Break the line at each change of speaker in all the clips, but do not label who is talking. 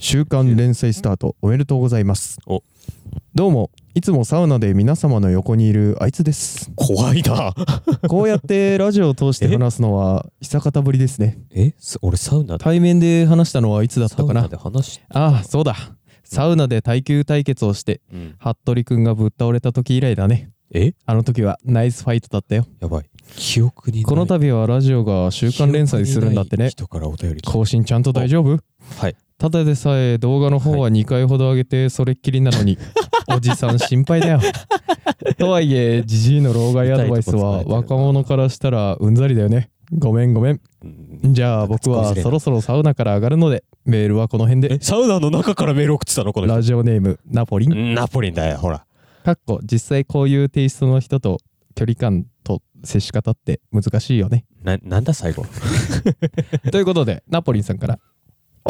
週刊連載スタートおめでとうございます
お
どうもいつもサウナで皆様の横にいるあいつ です
怖いな
こうやってラジオを通して話すのは久方ぶりですね
えす俺サウナ
対面で話したのはいつだったか
サウナ
な
で話し、
ああそうだサウナで耐久対決をして
うん、
服部くんがぶっ倒れた時以来だね
え
あの時はナイスファイトだったよ
やばい記憶にない
この度はラジオが週刊連載するんだってね
記憶にない人からお便り来た
更新ちゃんと大丈夫
はい
ただでさえ動画の方は2回ほど上げてそれっきりな のにおじさん心配だよとはいえじじいの老害アドバイスは若者からしたらうんざりだよねごめんごめん
うん
じゃあ僕はそろそろサウナから上がるのでメールはこの辺で
えサウナの中からメール送ってたのこの
ラジオネームナポリン
人ナポリンだよほら
かっこ実際こういうテイストの人と距離感と接し方って難しい よね
ななんだ最後
ということでナポリンさんから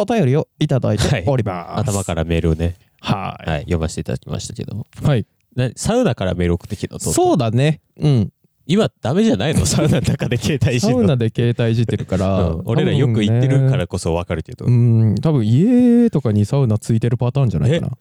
お便りをいただいております、
頭からメールをね、
はーい
はい、読ませていただきましたけども
はい。
なサウナからメール送ってきたのう
そうだね。うん。
今ダメじゃないの サウナの中で携帯して
サ
る
ウ
の
ナで携帯いじってるから。
うん、俺らよく行ってるかららこそわかるけど、
うん、多分家とかにサウナついてるパターンじゃないかな。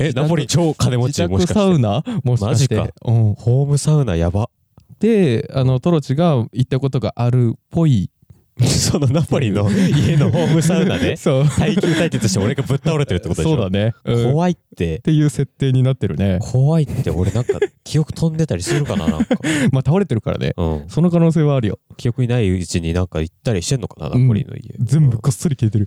えナポリン超金持ち
自
もし
宅
か
サ
し
ウ
て
ナもしかして。
マジ
うん、
ホームサウナやば
で、あの、トロチが行ったことがあるっぽい。
そのナポリンの家のホームサウナ で
そう。
耐久対決して俺がぶっ倒れてるってことでし
そ
ょ
うだね。うんっ
怖いって
ていう設定になってるね。
怖いって俺なんか 記憶飛んでたりするかななんか、
まあ、倒れてるからね。
うん、
その可能性はあるよ。
記憶にないうちになんか行ったりしてんのかなナ
うん
ポリンの家、
全部こっそり消えてる。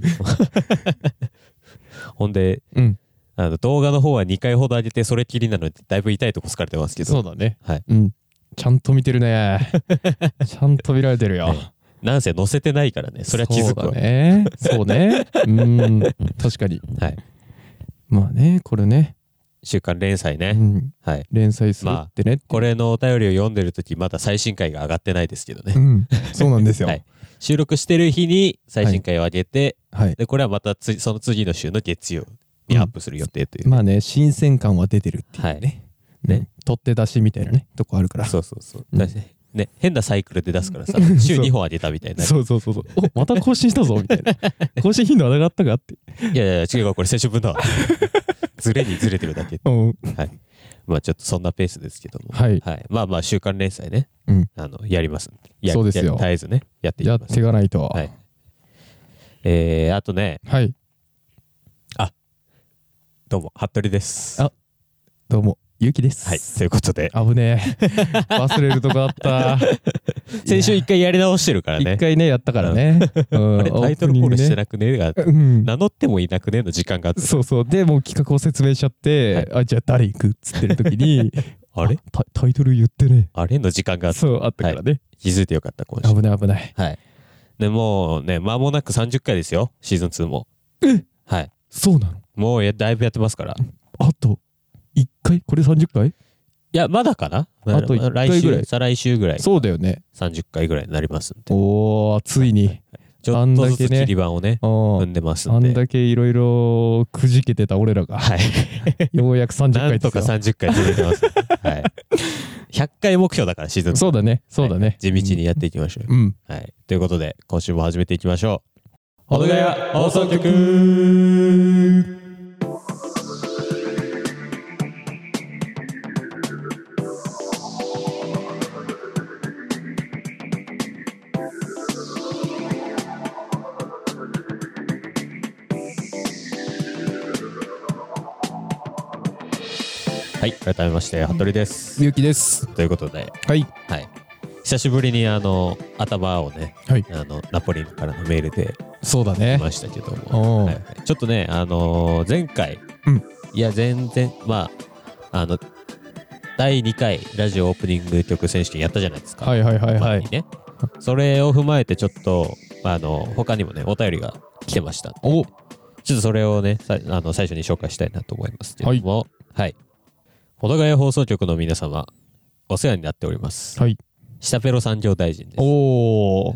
ほんで
うん。
あの動画の方は2回ほど上げてそれっきりなのでだいぶ痛いとこ疲れてますけ
そ
ど
うだね。
はい。
うん。ちゃんと見てるね。 ちゃんと見られてるよ。
なんせ載せてないからねそれは気づく
そう
わ、
だね。そうね。うん。確かに。
はい、
まあね、これね。
週刊連載ね、
うん。
はい
連載するってね。
これのお便りを読んでる時まだ最新回が上がってないですけどね、
うん。そうなんですよ。
はい収録してる日に最新回を上げて、
はい。
でこれはまたつその次の週の月曜にアップする予定という、
まあね、新鮮感は出てるっていう
はい
ね。ね。取って出しみたいなね、とこあるから。
そうそうそう。
うん
だしね、変なサイクルで出すからさ、 週2本あげたみたいな。
そうそうそうそう。おまた更新したぞみた いな。更新頻度上がったかって。
いやいや、違うわ、これ先週分だわ。 ずれにずれてるだけ。
うん。
まあちょっとそんなペースですけども。
はい。
まあまあ、週刊連載ね、
うん
あのやりますんで。や
そうですよ
や絶えずね、やっていき
やっ
ます。
ていかないと。
はい。えー、あとね、
はい。
どうも、服部です。
あどうも、ゆうきです。
はい、ということで、
危ね え。忘れるとこあった。
先週一回やり直してるからね
一。回ね、やったからね。うん
あれ、タイトルコールして
い。
なくねが、
うん。
名乗ってもいなくねの時間があって
そうそう。で、もう企画を説明しちゃって、あ、じゃあ誰行くっつってる時に、
あれ
タタイトル言ってね。
あれの時間があって
そう、あったからね。
気づいてよかった、今週。
危ない危ない。
はい。でもうね、間もなく30回ですよ、シーズン2も。はい。
そうなの
もうやだいぶやってますから。い
あと、1回これ30回
や、まだかな
あと一回
来
ぐら
週、
い
再来週ぐらい、
そうだよね。
30回ぐらいになりますんで。
おー、ついに。
ちょっとず
あんだけ
つ
ね
切り板をね、
う
踏
ん
んでます
あ
ん
ん
で。
だけいろいろくじけてた俺らが、
はい。
ようやく30
な
回
ん
で
と
す
か
よ。
30回続いてます。 はい。100回目標だから、シーズン2。
そうだね、そうだね。
地道にやっていきましょう。
うん。
はい。ということで、今週も始めていきましょう。
保
ほ
土
ど
ヶ
が
谷
や
放
放
送
送
局
局はい、改めまして、服部です。
ゆうきです。
ということで、
はい。
はい。久しぶりにあの頭をね、
はい。
あのナポリンからのメールで
そうだね
来。ましたけど
お
も、
う
はいはいちょっとね、あのー前回、
うん
いや、全然、まあ、あの、第2回ラジオオープニング曲選手権やったじゃないですか。
はいはいはいは
前
い
に。ね。それを踏まえて、ちょっと、あの、他にもね、お便りが来てました。
お
ちょっとそれをね、さあの最初に紹介したいなと思いますけども、はい。保土ヶ谷放送局の皆様、お世話になっております。
はい。
下ペロ産業大臣です。
おー。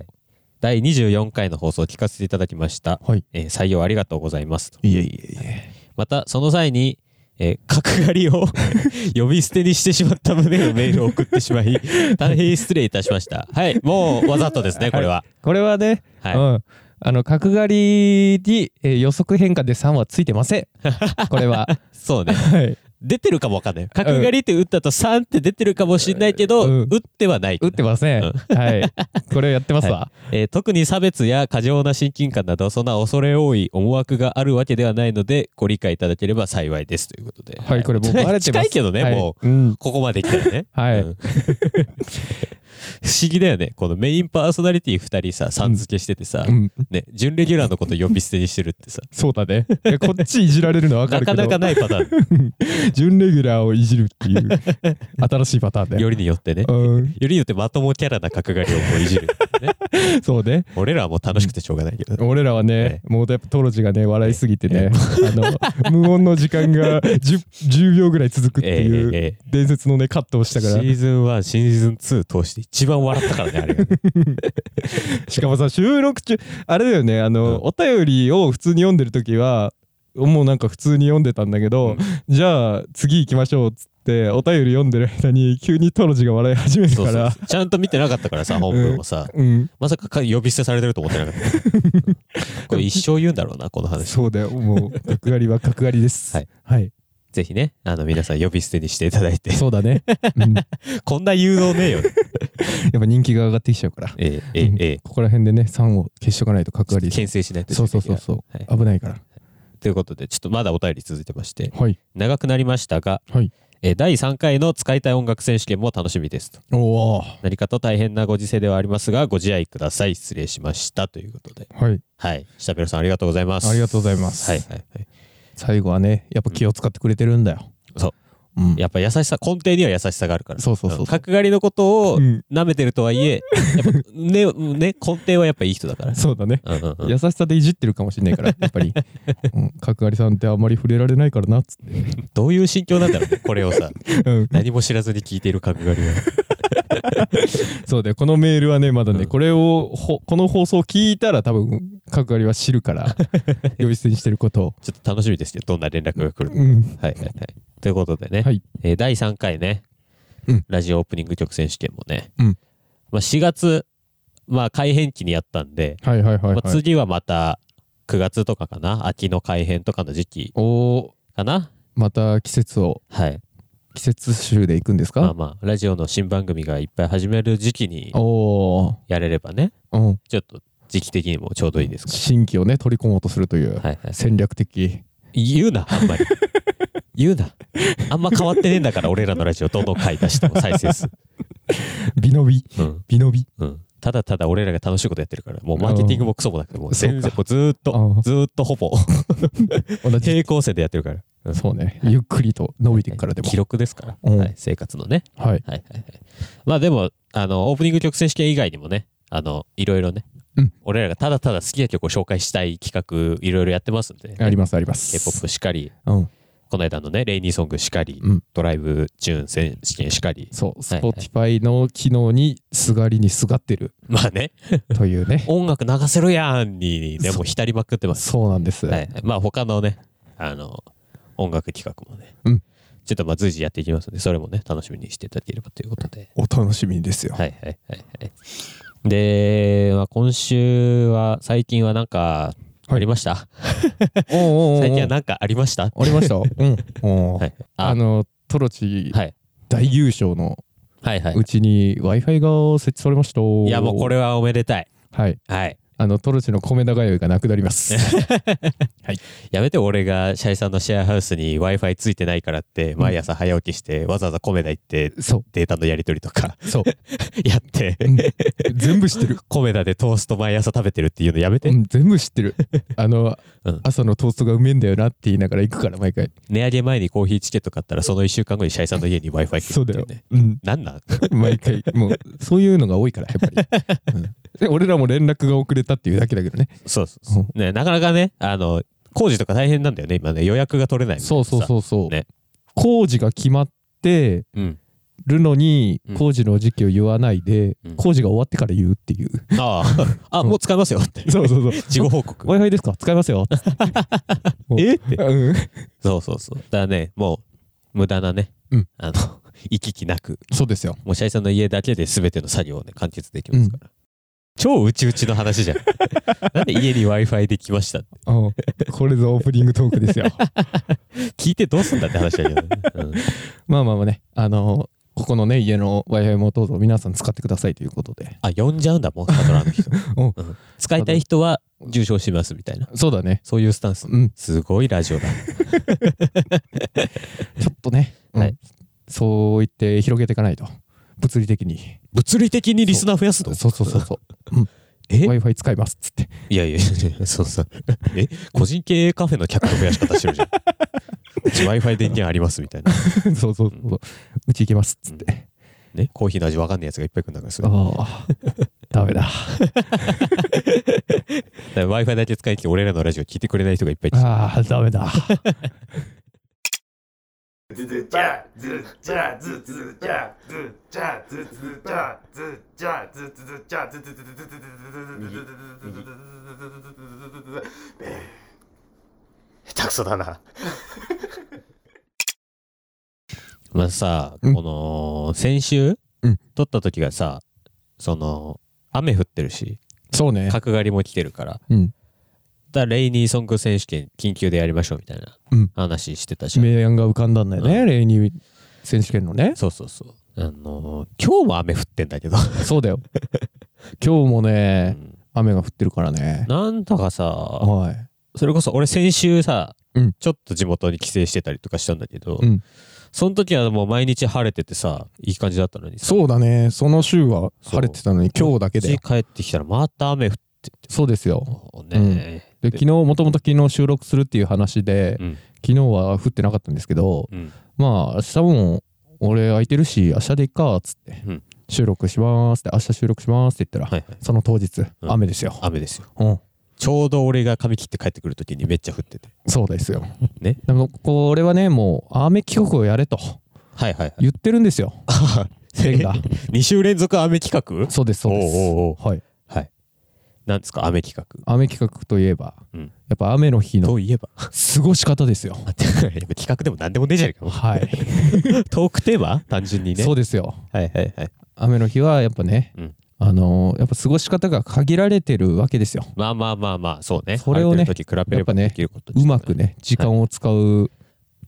第24回の放送を聞かせていただきました。
はい。
えー採用ありがとうございますと。
いえいえいえ。
また、その際に、えー角刈りを 呼び捨てにしてしまった旨のメールを送ってし まい、大変失礼いたしました。はい、もうわざとですね、これは。
これはね、
はい。
うん。あの角刈りに、えー予測変化で3はついてません これは
そうね。
はい
出てるかもわかんない。角刈りって打ったと3って出てるかもしんないけど、
うん
打ってはない。
打ってません、
うん
はいこれをやってますわ、
えー特に差別や過剰な親近感など、そんな恐れ多い思惑があるわけではないので、ご理解いただければ幸いですということで。
はいこれもうバレてます
近いけどね、
はい
も
うん
う、ここまで来たらね。
はい、
うん不思議だよね。このメインパーソナリティ2人さ、さん付けしててさ、
うん
ね、準レギュラーのこと呼び捨てにしてるってさ、
そうだ ねいやこっちいじられるのはわか
な
るけ
か
ど
なかないパター
準レギュラーをいじるっていう 新しいパターン
ン。
で
よりによってね。
うん
よりによってまともキャラな角刈りをもういじる、 ね。
そうね
俺らはもう楽しくてしょうがないけど。
俺らはね、
はい
もうやっぱトロジがね笑いすぎてね、あの無音の時間が 10, 10秒ぐらい続くっていう、
えええ
伝説のねカットをし
シ
たから
ーズン1、シーズン2通して一番笑ったからね、あれが。
しかもさ収録中あれだよねあの、
うん
お便りを普通に読んでる時はもうなんか普通に読んでたんだけど、
うん
じゃあ次行きましょうっつってお便り読んでる間に急にトロジが笑い始める
そう
か
そう
ら
そうちゃんと見てなかったからさ、本文もさ。
うん
まさかか呼び捨てされてると思ってな かった。これ一生言うんだろうな、この話。
そうだよもう角刈りは 角刈りです
はい、
はい、
ぜひね、あの皆さん呼び捨てにしていただいて、
そうだね、うん、や
こんな誘 導ねえよ。
っぱ人気が上がってきちゃうから
ええ、ええ、ええ。
ここら辺でね3を消しとかないと角刈り
牽制しないといけ
そ
な
う
いか
そう
ら
そうそう、
はい
危ないから
ということで、ちょっとまだお便り続いてまして、
はい
長くなりましたが、
はい
えー第3回の使いたい音楽選手権も楽しみですと。
おお
何かと大変なご時世ではありますが、ご自愛ください。失礼しました。ということで。
はい
はい。下ベロさん、ありがとうございます。
ありがとうございます
はいはいはい。
最後はねやっぱ気を使ってくれてるんだよ、、
そう
うん、
やっぱ優しさ、根底には優しさがあるから。
そうそうそうそうん
角刈りのことを
うん
舐めてるとはいえ、やっぱね、ね、根底はやっぱいい人だから。
そうだね
うんうんうん
優しさでいじってるかもしれない からやっぱり、うん、角刈りさんってあんまり触れられないからなっつっ
どういう心境なんだろうね、これをさ、
て、うん、
何も知らずに聞いている角刈りは。
そうだよこのメールはねまだね、
うん
これをほこの放送を聞いたら多分角刈りは知るから 呼び捨てにしてることを、
ちょっと楽しみですけど、どんな連絡が来るのか。
うん、
はいはいはい。ということでね、
はい
えー第3回ね、
うん
ラジオオープニング曲選手権もね、
うん
まあ、4月、まあ、改編期にやったんで、
はいはいはいはい、
まあ、次はまた9月とかかな、秋の改編とかの時期
おー
かな。
また季節を
はい。
季節集で行くんですか、
まあまあ、ラジオの新番組がいっぱい始める時期に
おー
やれればね、
うん、
ちょっと時期的にもちょうどいいですか
新規をね取り込もうとするという
ら。はいはい。
戦略的
言うな、あん まり。言うな。あんま変わってねえんだから、俺らのラジオどんどん買い出しても再生数。
ビノビ
うん。
ビノビ
うん、ただただ俺らが楽しいことやってるから、もうマーケティングもクソもなくて、もう全
そう
然もうずーっ
ああ
と、ずーっとほぼ
同じ
平行線でやってるから。うん
そうねゆっくりと伸びていくからでも
記録ですから、
うん
はい、生活のね。
はい
はいはいはい。まあでも、あの、オープニング曲選手権以外にもね、あの、いろいろね、
うん
俺らがただただ好きな曲を紹介したい企画、いろいろやってますんで、
ありますあります
K-POP しかり、
うん
この間のね、レイニーソングしかり、
うん
ドライブチューン選手権しかり、
そう
はいはい
Spotify の機能にすがりにすがっ てる
まあね、
というね
音楽流せるやんに、ね、
そう
もう浸りまくってます。
そうなんです
は
はい
い、まあ他のねあの音楽企画もね、
うん
ちょっとまあ随時やっていきますのでそれもね楽しみにしていただければということで、
お楽しみにですよ
はいはいはいはいで、まあ、今週は最近はなんかありました、
おうおうおう
最近はなんかありました
ありま したうんおう
はいあ
あのトロチ
はい
大優勝の
はいはいう
ちに w i f i が設置されました
いやもうこれはおめでたい
はい
はい
あのトロチの米高いがなくなります
やめて俺がシャイさんのシェアハウスに w i f i ついてないからって毎朝早起きしてわざわざ米田行って
そ
データのやり取りとか
うそう
やって
うん全部知 ってる
米田でトースト毎朝食べてるっていうのやめて、
うん、全部知ってるあの、
うん
朝のトーストがうめえんだよなって言いながら行くから毎回
値上げ前にコーヒーチケット買ったらその1週間後にシャイさんの家に w i f i 来る
そ
っ
う
て
だ
い
よ
うね。、
うん、
なんなん
毎回もうそういうのが多いからやっぱ り、うんで俺らも連絡が遅れたっていうだけだけどね
そうそうそう、ね。なかなかね、あの、工事とか大変なんだよね、今ね。予約が取れないみたい
そ
な
う
さ
そうそうそう、
ね
工事が決まって
うん。
るのに
うん
工事の時期を言わないで、
うん
工事が終わってから言うっていう、
ああ、あ、もう使いますよって。
そうそう そう
事後報告
w。i f i ですか使いますよ
えっ
う
て。
ん
そうそうそう。だからね、もう、無駄なね、
うん
あの、行き来なく、
そうですよ
もうシャイさんの家だけで全ての作業をね、完結できますから。超うちうちの話じゃん。 なんで家に Wi-Fi できましたって
うんこれぞオープニングトークですよ
聞いてどうすんだって話だけどね。うん
まあまあまあねあのここのね家の w i f i もどうぞ皆さん使ってくださいということで
あ、呼んじゃうんだもん、サドラーの 人。
うん
うん使いたい人は重症しますみたいな。
そうだね
そういうスタンス。
うん
すごいラジオだ。
ちょっとね、うん
はい
そう言って広げていかないと物理的に
物理的にリスナー増やすの
そうそうそうそう
え
w i f i 使いますっつって
いやいやいやいや、そうさ。え個人経営カフェの客の増やし方してるじゃん。うち Wi-Fi 電源ありますみたいな。
そうそうそうそううち行きますっつって、
ね、コーヒーの味わかんないやつがいっぱい来るんだから、それ。だか
ああダメだ
ら Wi-Fi だけ使い切って、俺らのラジオ聞いてくれない人がいっ ぱい来て
ああダメだ
ズズチャズチャズズチャズチャズズチャズチャズズチャズズズズ下手くそだな。
まあさ、
うん
この先週、
うん
撮った時がさその雨降ってるし
そうね
角刈りも来てるから
うん
だからレイニーソング選手権緊急でやりましょうみたいな
うん
話してたし、
名案が浮かんだんだよね、レイニー選手権のね
そうそうそうあのー今日も雨降ってんだけど、
そうだよ 今日も
う
ね
ん
雨が降ってるからね
なんだかさ
はい
それこそ俺先週さ、
うん
ちょっと地元に帰省してたりとかしたんだけど、
うん
その時はもう毎日晴れててさいい感じだったのにさ
そうだねその週は晴れてたのに今日だけで
こっち帰ってきたらまた雨降って
そうですよ
もうね、
で昨日もともと昨日収録するっていう話で、
うん
昨日は降ってなかったんですけど
うん
まあ明日も俺空いてるし明日でいっかっつって、
うん
収録しますって明日収録しますって言ったら、
はいはい
その当日、
うん
雨ですよ、
雨ですよ
うん、
ちょうど俺が髪切って帰ってくるときにめっちゃ降ってて
そうですよ
ね
でもこれはねもう雨企画をやれと
はいはいはい
言ってるん ですよ県が
2週連続雨企画
そうですそうです
おうおうお
はい
はいなんですか雨企画
雨企画といえば、
うん
やっぱ雨の日の
といえば
過ごし方ですよ
待ってやっぱ企画でも何でもねえじゃねえか
はい、
トークテーマ 単純にね
そうですよ
はいはいはい
雨の日はやっぱね、
うん
あのーやっぱ過ごし方が限られてるわけですよ
まあまあまあまあそうね
それをね
晴てる時比べ
やっ
れば
ぱね
できること
うまくね時間を使う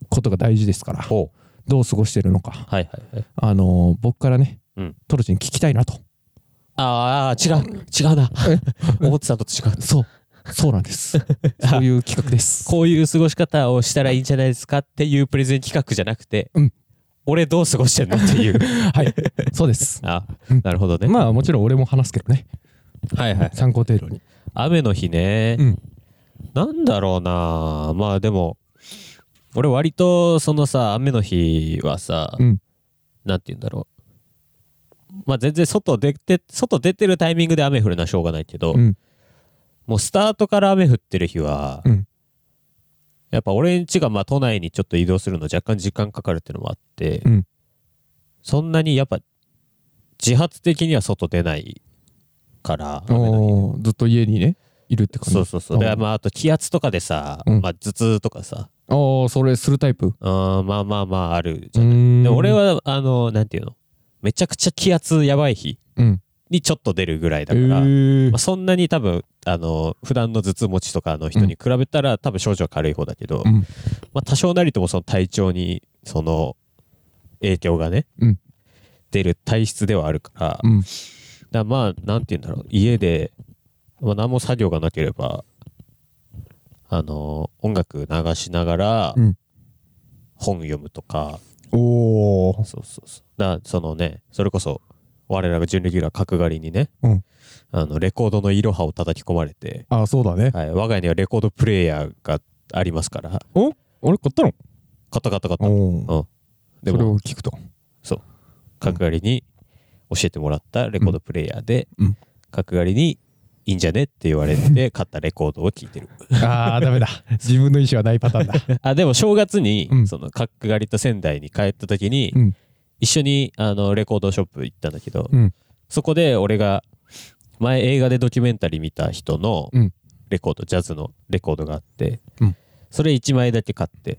ことが大事ですから、
ほう
どう過ごしてるのか
はいはいはい
あのー僕からね、
うん
トロチに聞きたいなと
ああ違う違う な思ってたのと違う
そうそうなんです そういう企画 です
こういう過ごし方をしたらいいんじゃないですかっていうプレゼン企画じゃなくて、
うん
俺どう過ごしてんのって いう
はいそうです
あ
うん
なるほどね、
まあもちろん俺も話すけどね
はいはい
参考程度に
雨の日ね、
うん
なんだろうなまあでも俺割とそのさ雨の日はさ、
うん
なんて言うんだろうまあ全然外出て外出てるタイミングで雨降るのはしょうがないけど、
うん
もうスタートから雨降ってる日は、
うん
やっぱ俺ん家がまあ都内にちょっと移動するの若干時間かかるっていうのもあって、
うん
そんなにやっぱ自発的には外出ないから雨の日
おーずっと家にねいるって感じ
そうそうそう。
ん
で、まあ、あと気圧とかでさ、
うん
まあ、頭痛とかさ、
ああそれするタイプ
うん、まあまあまああるじ
う
ゃん。
ーん
で俺は、あの、なんていうの、めちゃくちゃ気圧やばい日
うん
にちょっと出るぐらいだ
え
から、
ー
まあ、そんなに多分、あの、普段の頭痛持ちとかの人に比べたら、多分症状は軽い方だけど、
うん
まあ、多少なりともその体調に、その、影響がね、
うん
出る体質ではあるから、
うん
だからまあなんて言うんだろう家で、まあ、何も作業がなければあの音楽流しながら
うん
本読むとか、
おー
そうそうそうだからそのねそれこそ我らが準レギュラー角刈りにね、
うん
あのレコードのいろはを叩き込まれて、
ああそうだね
はい、我が家にはレコードプレイヤーがありますから
お俺買ったの
カタカタカタ
おー
で
それ
も
を聞くと
角刈りに教えてもらったレコードプレイヤーで、
うん
角刈りにいいんじゃねって言わ れて買ったレコードを聴いてる
ああダ メだ自分の意思はないパターンだ
あでも正月に、
うん
その角刈りと仙台に帰った時に、
うん
一緒にあのレコードショップ行ったんだけど、
うん
そこで俺が前映画でドキュメンタリー見た人の
うん
レコード、ジャズのレコードがあって、
うん
それ1枚だけ買って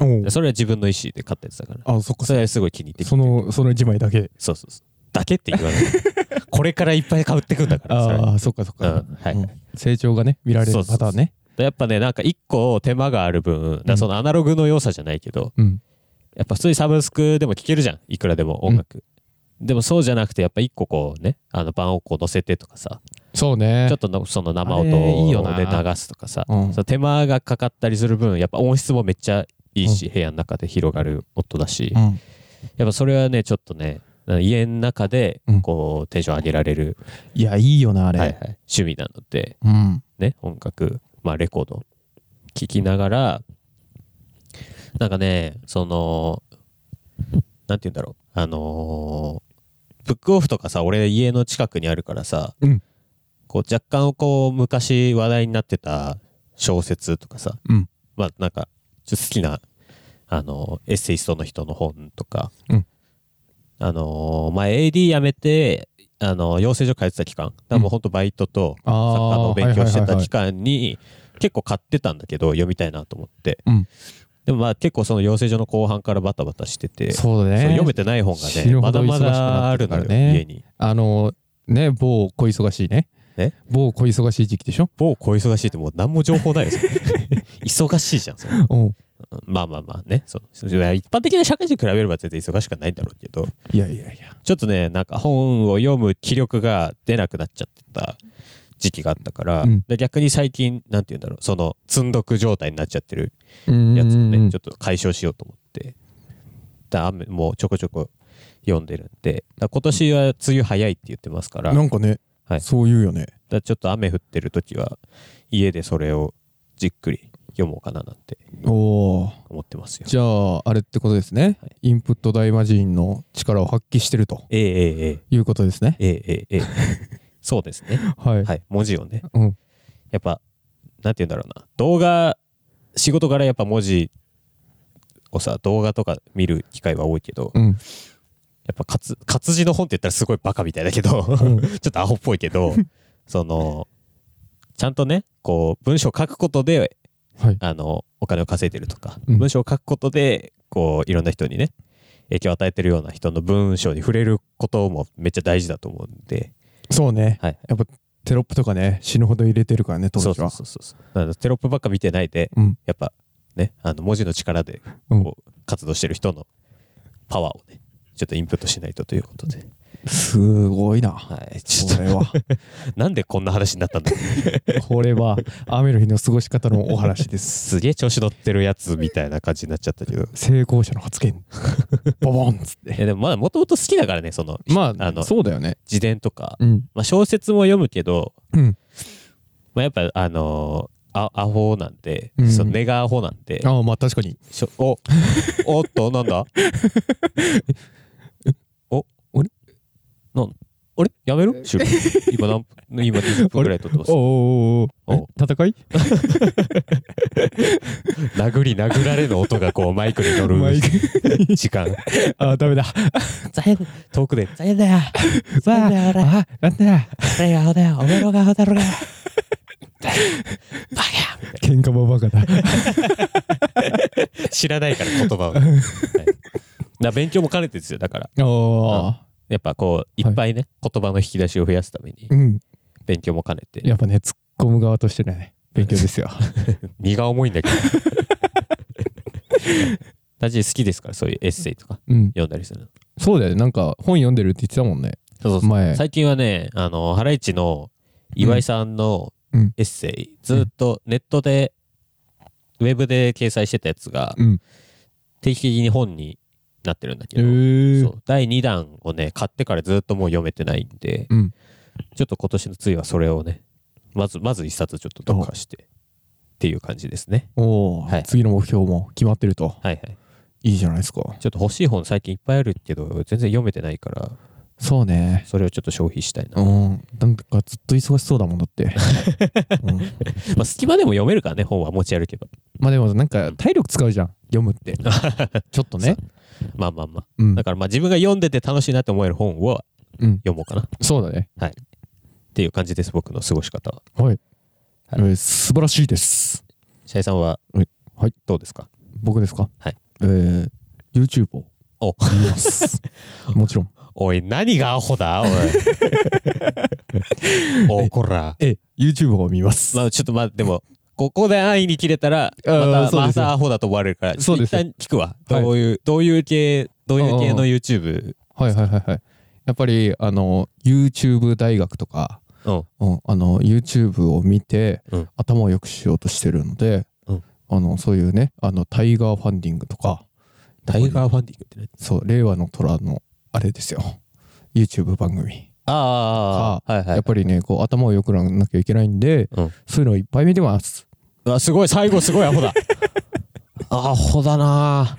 お
それは自分の意思で買ったやつだから
あそっか
それはすごい気に入ってきて
そのその一枚だけ
そうそうそうだけって言わない。 これからいっぱい被ってくんだから。それ
ああ、そっかそっか。。
うんはいう
ん成長がね、見られるパターンね。
やっぱね、なんか一個手間がある分、だからそのアナログの良さじゃないけど、
うん。
やっぱ普通にサブスクでも聴けるじゃん。いくらでも音楽。でもそうじゃなくて、やっぱ一個こうね、あの盤をこう乗せてとかさ、
そうね
ちょっ。とのその生
あれいいよ
音
な
で流すとかさ、
うん
その手間がかかったりする分、やっぱ音質もめっちゃいいし、部屋の中で広がる音だし、
うん
やっぱそれはね、ちょっとね、家の中で
うん
こうテンション上げられる、
いや、いいよな、あ
はいはい
れ。
趣味なので、
うん。
ね、音楽、まあ、レコード聴きながら、なんかね、その、なんて言うんだろう、あのーブックオフとかさ、俺家の近くにあるからさ、
うん
こう若干こう昔話題になってた小説とかさ、
うん
まあなんかちょっと好きな、あのーエッセイストの人の本とか、
うん
あのーまあ AD 辞めて、あのー養成所通ってた期間、だからもうほんとバイトと、
あ
作家の
あ、
勉強してた期
間。
間に結構買ってたんだけど読みたいなと思って、
うん
でもまあ結構その養成所の後半からバタバタしてて
そうだね。
そう読めてない本が
死
ね
ぬ
ま
ほど
だ
忙しく
まだ
な
あ
って
る
るか
の
ら
よ、
ね
家に
あの、ね、某小忙しいね。
え
某小忙しい時期でしょ
某小忙しいってもう何も情報ないよそれ 忙しいじゃんそれ
うん。
うんまあまあまあねそうそれは一般的な社会人に比べれば全然忙しくはないんだろうけど
いやいやいや。
ちょっとねなんか本を読む気力が出なくなっちゃってた時期があったから、
うん
で逆に最近なんて言うんだろうその積んどく状態になっちゃってる
うん
やつをね、
うん
ちょっと解消しようと思ってだ雨もうちょこちょこ読んでるんでだ今年は梅雨早いって言ってますから,、
なんかね、
はい
そう言うよね。
だちょっと雨降ってる時は家でそれをじっくり読もうかななんて
おお。
思ってますよ。
じゃあ、あれってことですね。
はい
インプット大魔神の力を発揮してると
ええええ
いうことですね。
ええええええそうですね、
はい。
はい、文字をね
うん。
やっぱなんて言うんだろうな動画仕事からやっぱ文字をさ動画とか見る機会は多いけど、
うん。
やっぱ活活字の本って言ったらすごいバカみたいだけど、
ん
ちょっとアホっぽい けどそのちゃんとねこう文章を書くことで
はい。
あのお金を稼いでるとか、
うん
文章を書くことでこういろんな人にね影響を与えてるような人の文章に触れることもめっちゃ大事だと思うんで、
そうね。
はい、
やっぱテロップとかね、死ぬほど入れてるからね、当
そう
時
そう
は。
そうそうあのテロップばっか見てないで、
うん
やっぱねあの文字の力で
うん
こう活動してる人のパワーをねちょっとインプットしないとということで、
すごいな。
はい、ちょっ
こ
と
れ は、
なんでこんな話になったんだ
これは、雨の日の過ごし方のお話です。
すげえ調子乗ってるやつみたいな感じになっちゃったけど。
成功者の発 言。ボボンっつって。
えでもまだもともと好きだからね、その
ま
あの
そうだよね。
自伝とか、
うん。
まあ、小説も読むけど、
うん。
まあ、やっぱあのーあアホなんで、
うん
その根がアホなんで、
ああ、まあ確かに。
しょおおっと、なんだお
あれ
なんあれやめる収録今何分今20分ぐらい撮ってます。
おーおーおーえ
お
戦い
殴り殴られの音がこうマイクに乗
マイ
る
ク
時 間。
ああ、ダメだ。
遠くで、大変だよ
わあ、あなんだ
俺がアホだよ、お前のがアホだろうが。バ
喧嘩もバカだ。
カ知らないから言葉を。はいな勉強も兼ねてですよ、だから。
おー
やっぱこう、いっぱいね、言葉の引き出しを増やすために、
うん。
勉強も兼ねて。
やっぱね、突っ込む側としてね、勉強 ですよ。
荷が重いん だけど。私好きですから、そういうエッセイとか
うん。
読んだりするの。
そうだよね。なんか本読んでるって言ってたもんね。
そうそうそう
前。
最近はね、あの、ハライチの岩井さんの
うん
エッセイ、ずっとネットで、ウェブで掲載してたやつが、
うん。
定期的に本になってるんだけ
え
ど、
ー
そ。う第2弾をね買ってからずっともう読めてないんで
うん。
ちょっと今年の梅雨はそれをねまずまず一冊ちょっと読破してっていう感じですね
おお、
はい
次の目標も決まってると。
はいはい
いいじゃないですか。
ちょっと欲しい本最近いっぱいあるけど全然読めてないから
そうね。
それをちょっと消費したいな、
う
ま
ん。なんかずっと忙しそうだもんだ って。うん、
あ隙間でも読めるからね本は持ち歩けば
まあでもなんか体力使うじゃん。読む って。ちょっとね。
まあまあまあ
うん
だ。からまあ自分が読んでて楽しいなと思える本を
うん。
読もうかなっ
そうだね。
ていう感じです僕の過ごし方は
はい。
はい
えー素晴らしいです。
シャイさんは
はいはい
どうですか
僕ですか
はい。
えー、YouTube を
お
見ます。もちろん。
おい、何がアホだ おい。おこら。
え、YouTube を見ます。
まあ、ちょっとまあ、でも、ここで安易に切れたら、
あ
ま
ー
た、
そう
ま
です
たアホだと思われるから、
そうです
一旦聞くわ。どういう、どういう系、どういう系の YouTube。
はいはいはいはい。やっぱり、あの、YouTube 大学とか、
うん。
うん、あの YouTube を見て、
うん
頭を良くしようとしてるので、
うん
あのそういうねあのタイガーファンディングとか
タイガーファンディングってね。
そう令和の虎のあれですよ YouTube 番組、
ああ、はいは
やっ
い。
ぱりねこう頭を良くならなきゃいけないんで、
うん
そういうのをいっぱい見てます
あすごい、最後すごいアホ だ。アホだな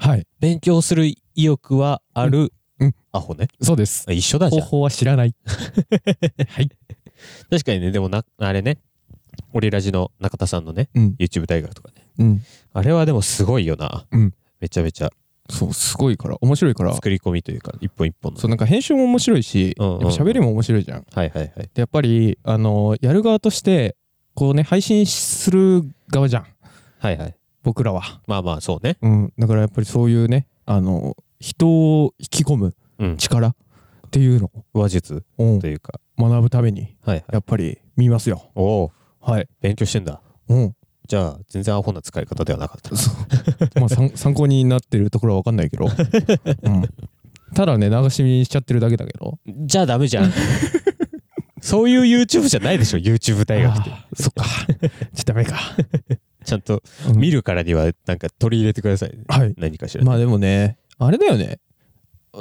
ぁ
はい
勉強する意欲はある
うんうん、
アホね。
そうです
あ一緒だじ
方
ゃん。
法は知らないはい
確かにね、でもな、あれね、オリラジの中田さんのね、
うん
YouTube 大学とかね。
うん
あれはでもすごいよな。
うん
めちゃめちゃ
そうすごいから面白いから
作り込みというか、一本一本の。
そうなんか編集も面白いし、
うんうんうん
やっぱ喋りも面白いじゃん
はいはいはい。
でやっぱりあのやる側としてこうね配信する側じゃん
はいはい。
僕らは、
まあまあ、そうね。
うん、だからやっぱりそういうねあの人を引き込む
うん。
力っていうの
話術
を
というか。
学ぶために
はいはい。
やっぱり見ますよ
おお
はい、
勉強してんだ。
うん
じゃあ、全然アホな使い方ではなかった。
まあ、 参参考になってるところは分かんないけど、うん、ただね流し見しちゃってるだけだけど
じゃあダメじ ゃん。そういう YouTube じゃないでしょ、YouTube 大学って。
あーそっかちょっとダメか、
ちゃんと
うん
見るからには、なんか取り入れてくださいね。
はい
何かしら。
まあでもねあれだよね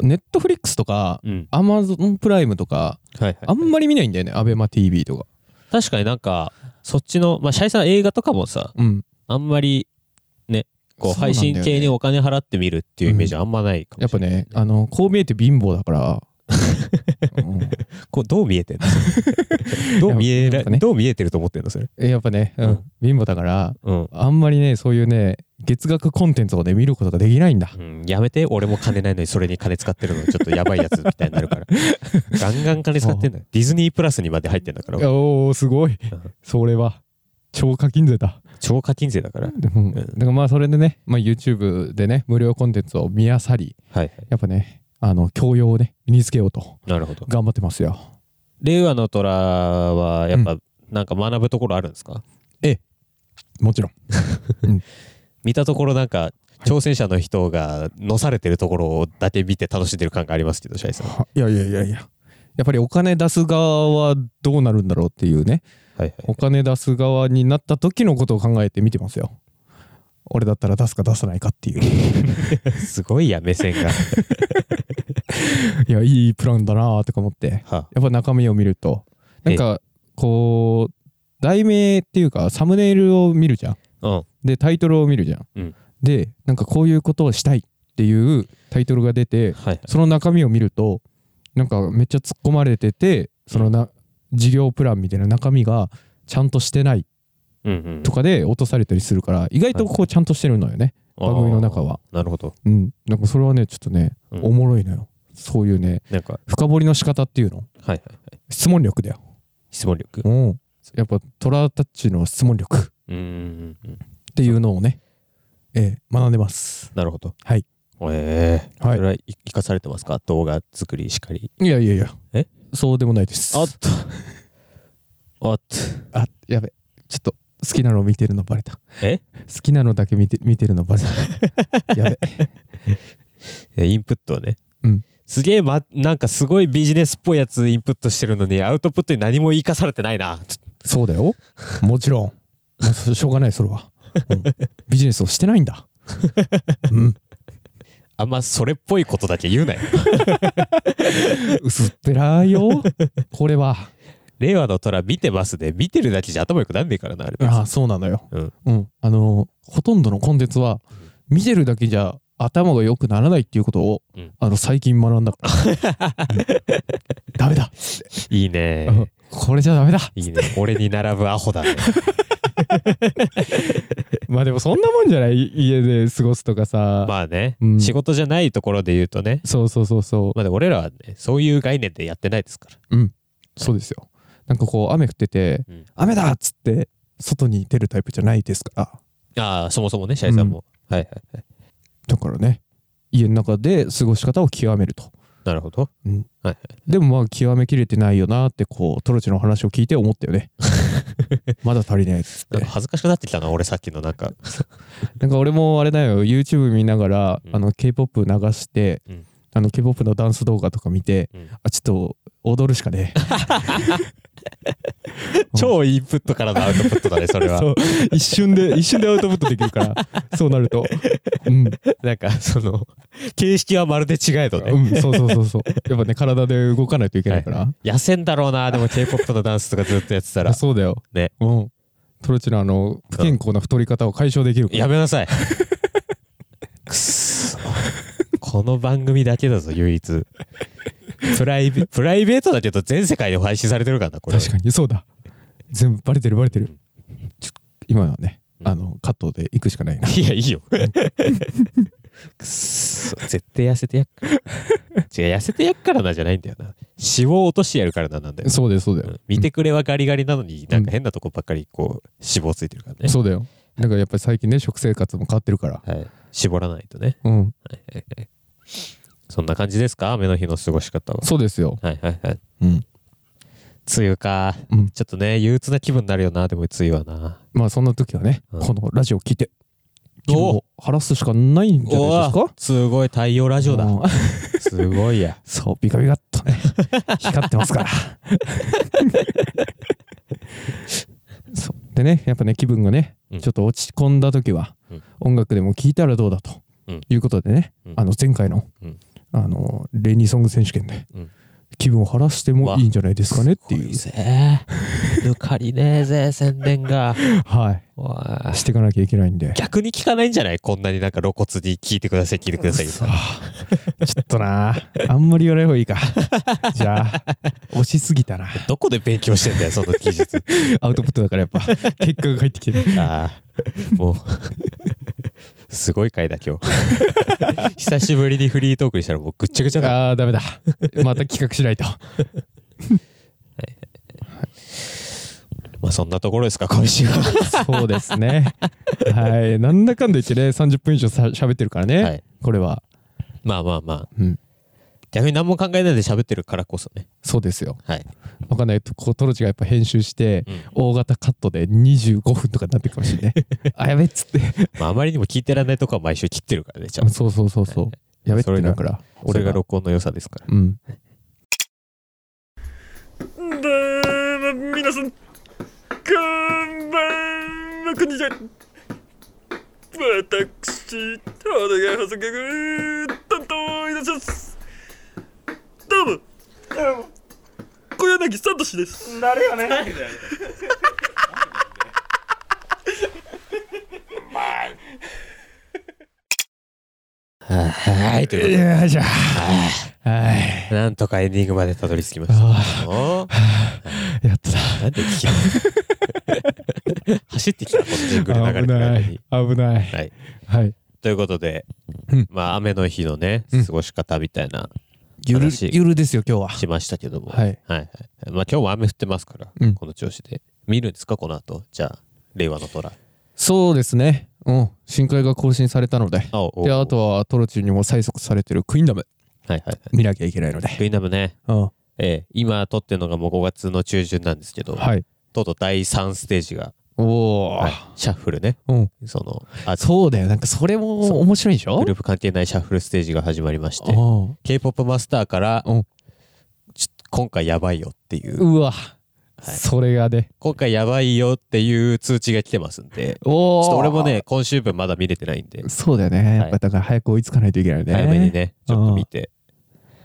ネットフリックスとか
うん。
アマゾンプライムとか
はいはい。
あんまり見ないんだよねアベマ t v とか
確かになんか、そっちの、まあ、シャイさん映画とかもさ、
うん
あんまり、ね、こう、
そうなん
配
だよね
信系にお金払って見るっていうイメージあんまないか
や
も
っ
し
ぱ
れない。
ね、あの、こう見えて貧乏だから。うん
こう、どう見えてんの どう見えら、
やっぱね
どう見えてると思ってんのそれ。
えやっぱね、うん
うん
貧乏だから、
うん。
あんまりね、そういうね、月額コンテンツをね、見ることができないんだ。
うん、やめて俺も金ないのにそれに金使ってるのちょっとやばいやつみたいになる からガンガン金使ってんだよディズニープラスにまで入ってんだから
おー、すごい
うん。
それは、超課金税だ。
超課金税だからはい
うんだからまあ、それでね、まあ、YouTube でね、無料コンテンツを見あさり、
はい
やっぱね、あの、教養をね、身につけようと、
なるほど
頑張ってますよ。
令和の虎はやっぱ、なんか学ぶところあるんですか
もちろん。
見たところなんか挑戦者の人がのされてるところだけ見て楽しんでる感がありますけどシャイさん
いやいやいやいや。やっぱりお金出す側はどうなるんだろうっていうね、
はい
お金出す側になった時のことを考えて見てますよ俺だったら出すか出さないかって いう
はい すごいや目線が
いやいいプランだなーとか思って
は
やっぱ中身を見るとなん
え
かこう題名っていうかサムネイルを見るじゃん
うん
でタイトルを見るじゃん、
うん
でなんかこういうことをしたいっていうタイトルが出て
はい
その中身を見るとなんかめっちゃ突っ込まれててそのな事業プランみたいな中身がちゃんとしてない
うんうん
とかで落とされたりするから意外とこうちゃんとしてるのよね番組の中は
あーなるほど
うん、なんかそれはねちょっとね、
うん
おもろいのよそういうね
なんか
深掘りの仕方っていうの
はいはい
質問力だよ
質問力
うんやっぱ虎たちの質問力っ
うんうんうん
ていうのをね、えー学んでます
なるほど
はい
ええ
はい
それは生かされてますか動画作りしかり
いやいやいや
え
そうでもないです
あっとあっと
あやべちょっと好きなの見てるのバレた
え
好きなのだけ見て見てるのバレ たやべ
えインプットをね、
うん
すげえ、ま、なんかすごいビジネスっぽいやつインプットしてるのにアウトプットに何も生かされてないなちょ
そうだよもちろん、まあそしょうがないそれは、うんビジネスをしてないんだうん
あんまそれっぽいことだけ言うな よ
薄っぺらいよこれは
令和の虎見てますで見てるだけじゃ頭良くなんねえからなあれ
ああそうなのよ。
うん
あのほとんどのコンテンツは見てるだけじゃ頭が良くならないっていうことを、
うん
あの最近学んだから。 うんダメだ、
いいね
これじゃダメだ
いいね俺に並ぶアホだ ね
まあでもそんなもんじゃない家で過ごすとかさ、
まあね、
うん
仕事じゃないところで言うとね
そうそうそうそう、
まあで俺らはねそういう概念でやってないですから
そうですよなんかこう雨降ってて、
うん
雨だっつって外に出るタイプじゃないですから
ああそもそもねシャイさんも、はいはいはい
だからね家の中で過ごし方を極めると
なるほど。
でもまあ極めきれてないよなってこうトロチの話を聞いて思ったよ ねまだ足りないっつっ
なん
て
か恥ずかしくなってきたな、俺さっきのなん か。
なんか俺もあれだよ YouTube 見ながら、
うん
あの K-POP 流して、
うん
あの K-POP のダンス動画とか見て、
うん
あちょっと踊るしかね
超インプットからのアウトプットだ ね、それは。
そう一瞬 で一瞬でアウトプットできるからそうなるとうん
なんか、その、形式はまるで違えどね。
うん、そうそうそうそう。やっぱね、体で動かないといけないから。
痩せんだろうな、でも K-POP のダンスとかずっとやって たら。
そうだよ。
ね。
うん。トロチのあの、不健康な太り方を解消できるから。
やめなさ い。くっそこの番組だけだぞ、唯一。プライ ベプライベートだけど全世界で配信されてるからな、これ。
確かに、そうだ。全部バレてるバレてる。ちょ今はね、
うん
あの、カットで行くしかないな。
いや、い いよ。くっそ絶対痩せてやっから。違う、痩せてやっからなじゃないんだよな。脂肪を落としてやるからな、なんだよ。
そうだよ、そうだ
う
よ
ん。見てくれはガリガリなのに、なんか変なとこばっかりこう、脂肪ついてるからね。
そうだよ。だからやっぱり最近ね、食生活も変わってるから。
はい。絞らないとね。
うん。
そんな感じですか雨の日の過ごし方は。
そうですよ。
はいはいはい。
うん。
梅雨か。
うん
ちょっとね、憂鬱な気分になるよな、でも梅雨はな。
まあそんな時はね、
うん
このラジオ聞いて、
お
気分を晴らすしかないんじゃないです
お
か
ーすごい、太陽ラジオだ。
うん
すごいや。
そう、ビカビカっと ね、光ってますから。そうでね、やっぱね、気分がね、
うん
ちょっと落ち込んだ時は、
うん
音楽でも聴いたらどうだと、
うん
いうことでね、
うん
あの前回の、
うん
あのレニーソング選手権で、
うん
気分を晴らしてもいいんじゃないですかねっていう、
ぜ。抜かりねえぜ、 宣伝が。
は
おい
い、していかなきゃいけないんで。
逆に聞かないんじゃないこんなになんか露骨に聞いてください、聞いてください。
そうちょっとなあんまり言わない方がいいかじゃあ押しすぎたな
どこで勉強してんだよ、その技術。
アウトプットだからやっぱ 結果が返ってきてる
ああ、もう、すごい回だ、今日。 久しぶりにフリートークにしたらもうぐっちゃぐちゃだ。
ああー ダメだまた企画しないと
まあそんなところですか、今週は。
そうですね。はい。なんだかんだ言ってね、30分以上さ喋ってるからね、
はい
これは。
まあまあまあ、
うん。
逆に何も考えないで喋ってるからこそね。
そうですよ。
はい。
わかんないと、こう、トロチがやっぱ編集して、
うん
大型カットで25分とかになってるかもしれない。 あ、やべっつって。
まああまりにも聞いてらんないとこは毎週切ってるからね、ちゃんと。
そうそうそうそう。やべってなるから。
俺が録音の良さですから。
うん。
で、皆さん、こんばんは、こんにちは。私、お願い補足担当いたします。どうも、小柳聡です。なるよね。
はい、ということで。
やじゃあ。はい。
なんとかエンディングまでたどり着きました。
あ
おー
あ、やった
なんで聞きな走ってきた、このジングル流れ
危
てる
な
間
い
に。。
危ない。
はい。
はい。
ということで
うん、
まあ雨の日のね、
うん
過ごし方みたいな、
ゆる、
話
ゆるですよ、今日は。
しましたけども。
はい。
はいはい。まあ今日も雨降ってますから、
うん
この調子で。見るんですか、この後。じゃあ、令和の虎。
そうですね。うん。新海が更新されたので。
あ、お
で、あとはトロチにも催促されてるクイーンダム
はいはいはい。
見なきゃいけないので。
クイーンダムね、
うん。
ええ今撮ってるのがもう5月の中旬なんですけど、
はい。
とうとう第3ステージが、
おお、
はいシャッフルね。
うん。
その、あ
そうだよ。なんかそれ
そ
も面白いでしょ
グループ関係ないシャッフルステージが始まりまして、
う
K-POP マスターから、ち
う
ょ
ん
今回やばいよっていう、
んうわ、それがね。
今回やばいよっていう通知が来てますんで、ち
お
ょ
お。
っと俺も。ね、今週分まだ見れてないんで、
そうだよね。やっぱだから早く追いつかないといけないよね。
早めに。ね、ちょっと見て、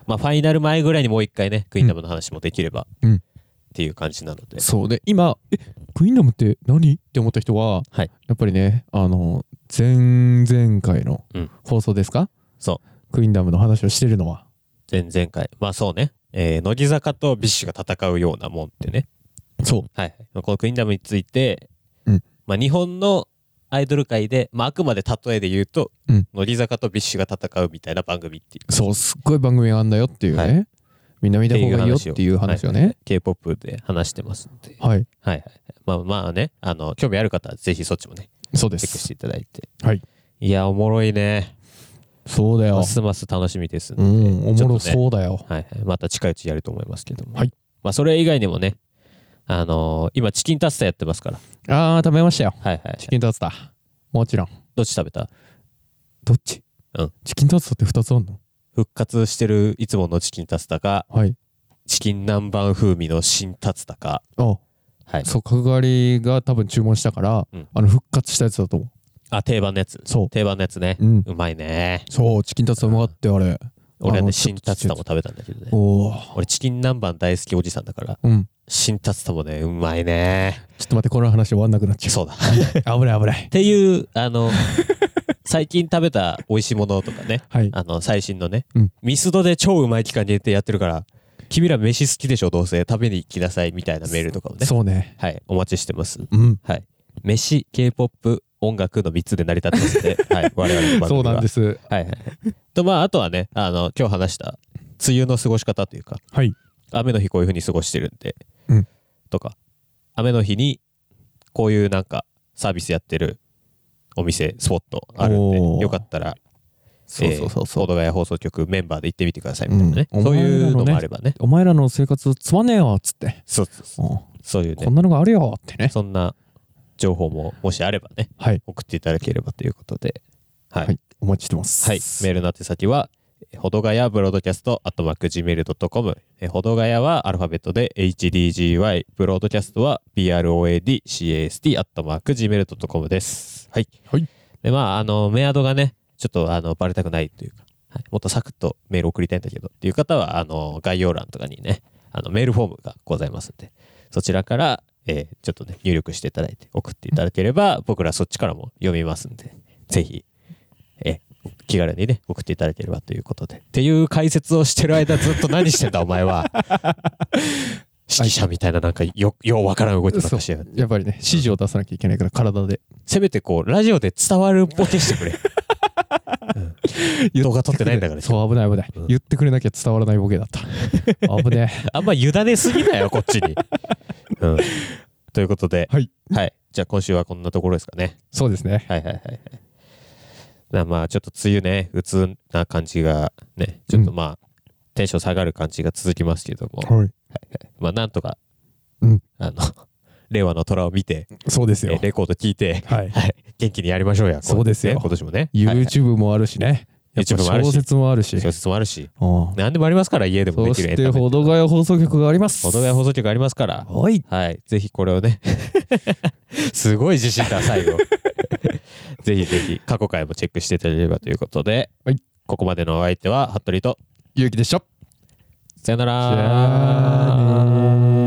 まあ、ファイナル前ぐらいにもう一回ね、クイーンダムの話もできれば、
うん
っていう感じなので、
そうで、今、え、クイーンダムって何って思った人は、
はい
やっぱりね、あの、前々回の
うん
放送ですか、。
そう
クイーンダムの話をしてるのは。
前々回、まあそうね、えー乃木坂とビッシュが戦うようなもんってね、
そう。
はい、このクイーンダムについて、
うん
まあ、日本のアイドル界で、まあ、あくまで例えで言うと、
うん
乃木坂とビッシュが戦うみたいな番組っていう
そう、すっごい番組があんだよっていうね。
は
みんな見た方がいいよっていう話をね。
K-POP で話してますんで、
はい、
はいはい、まあまあねあの興味ある方はぜひそっちもね
そうで
チェックし
す。
ていただいて
はい。
いやおもろいね
そうだよ
ま。すます楽しみです
う
ね
ん、おもろ
ちょ
そうだよ。
はいはい、また近いうちやると思いますけども、
はい
まあ、それ以外にもね、あのー今チキンタツタやってますから、
ああ、食べましたよ。
はいはい、
チキンタツタ。もちろん。
どっち食べた
どっち
うん
チキンタツタって2つあんの
復活してるいつものチキンタツタか
はい。
チキン南蛮風味の新タツタか、
あ
はい、
そう、角刈りが多分注文したから、
うん
あの、復活したやつだと思
あ定番のやつ
そう
定番のやつね
う。うん。
うまいね
そう、チキンタツタうまかったよ、あれ。
俺は
あ
ね
の
新タツタも食べたんだけどね
おお。
俺チキン南蛮大好きおじさんだから
うん。
新タツタもねうまい ね
ちょっと待って、この話終わんなくなっちゃう。
そうだっ
危ない危ない。
ていうあの最近食べた美味しいものとかね
はい。
あの最新のね、
うん
ミスドで超うまい期間限定やってるから君ら飯好きでしょどうせ食べに行きなさいみたいなメールとかをね
そうね。
はいお待ちしてます
うん。
はい飯 K-POP 音楽の3つで成り立ってます んで、はい、我々の番組は、
そうなんですす。
はいはい、とまああとはねあの今日話した梅雨の過ごし方というか
はい。
雨の日こういう風に過ごしてるんで、
うん
とか雨の日にこういうなんかサービスやってるお店スポットあるん
おー
でよかったら
そうそうそうそう。
えー、コードガヤ放送局メンバーで行ってみてくださいみたいなね、
うん
そういうの
お前らのね
もあればね
お前らの生活つまんねえよっつって、
そうそうそう
うん
そういうね
こんなのがあるよってね。
そんな情報ももしあればね
はい。
送っていただければということではい、
はい。お待ちしてます。
はいメールの宛先はえーほどがやブロードキャストアットマーク Gmail.com えーほどがやはアルファベットで HDGY ブロードキャストは BROADCAST アットマーク Gmail.com ですはい、
はい
でまああのメアドがねちょっとあのバレたくないというか、はい、もっとサクッとメール送りたいんだけどっていう方はあの概要欄とかにねあのメールフォームがございますんでそちらから、えーちょっとね入力していただいて送っていただければ僕らそっちからも読みますんでぜひえー気軽にね送っていただければということでっていう解説をしてる間ずっと何してんだお前は指揮者みたいななんかよようわからん動いてばっか
そう
りしてる
やっぱりね、指示を出さなきゃいけないから、体で。
せめてこうラジオで伝わるボケしてくれ動画撮ってないんだから
そう、危ない危ない。
うん
言ってくれなきゃ伝わらないボケだ った。危ねえ。
あんま委ねすぎだよ、こっちに。うん、ということで、
はい。
じゃあ今週はこんなところですかね。
そうですね。
はいはいはいはい。まあまあ、ちょっと梅雨ね、うつな感じがね、ちょっと
う
まあ、テンション下がる感じが続きますけども、
はい。
まあなんとか、
うん
あの、 令和の虎を見て、
そうです
え
よ。
レコード聞いて、
はい。
はい、元気にやりましょうや。
そうですよ
今年もね。今年もねはいはい
YouTube もあるしね。やっぱ
YouTube もあるし
小説もあるし。
小説もあるし、
うん
何でもありますから、家でも
そ
できるエ
し
ンタメ
て、ほどがや放送局があります。
お互い放送局ありますから。
はい。
はい。ぜひこれをね。 すごい自信だ、 最後。ぜひぜひ、過去回もチェックしていただければということで、
はい
ここまでのお相手は、服部と、
ゆうきでした。
さよなら。
じゃあねー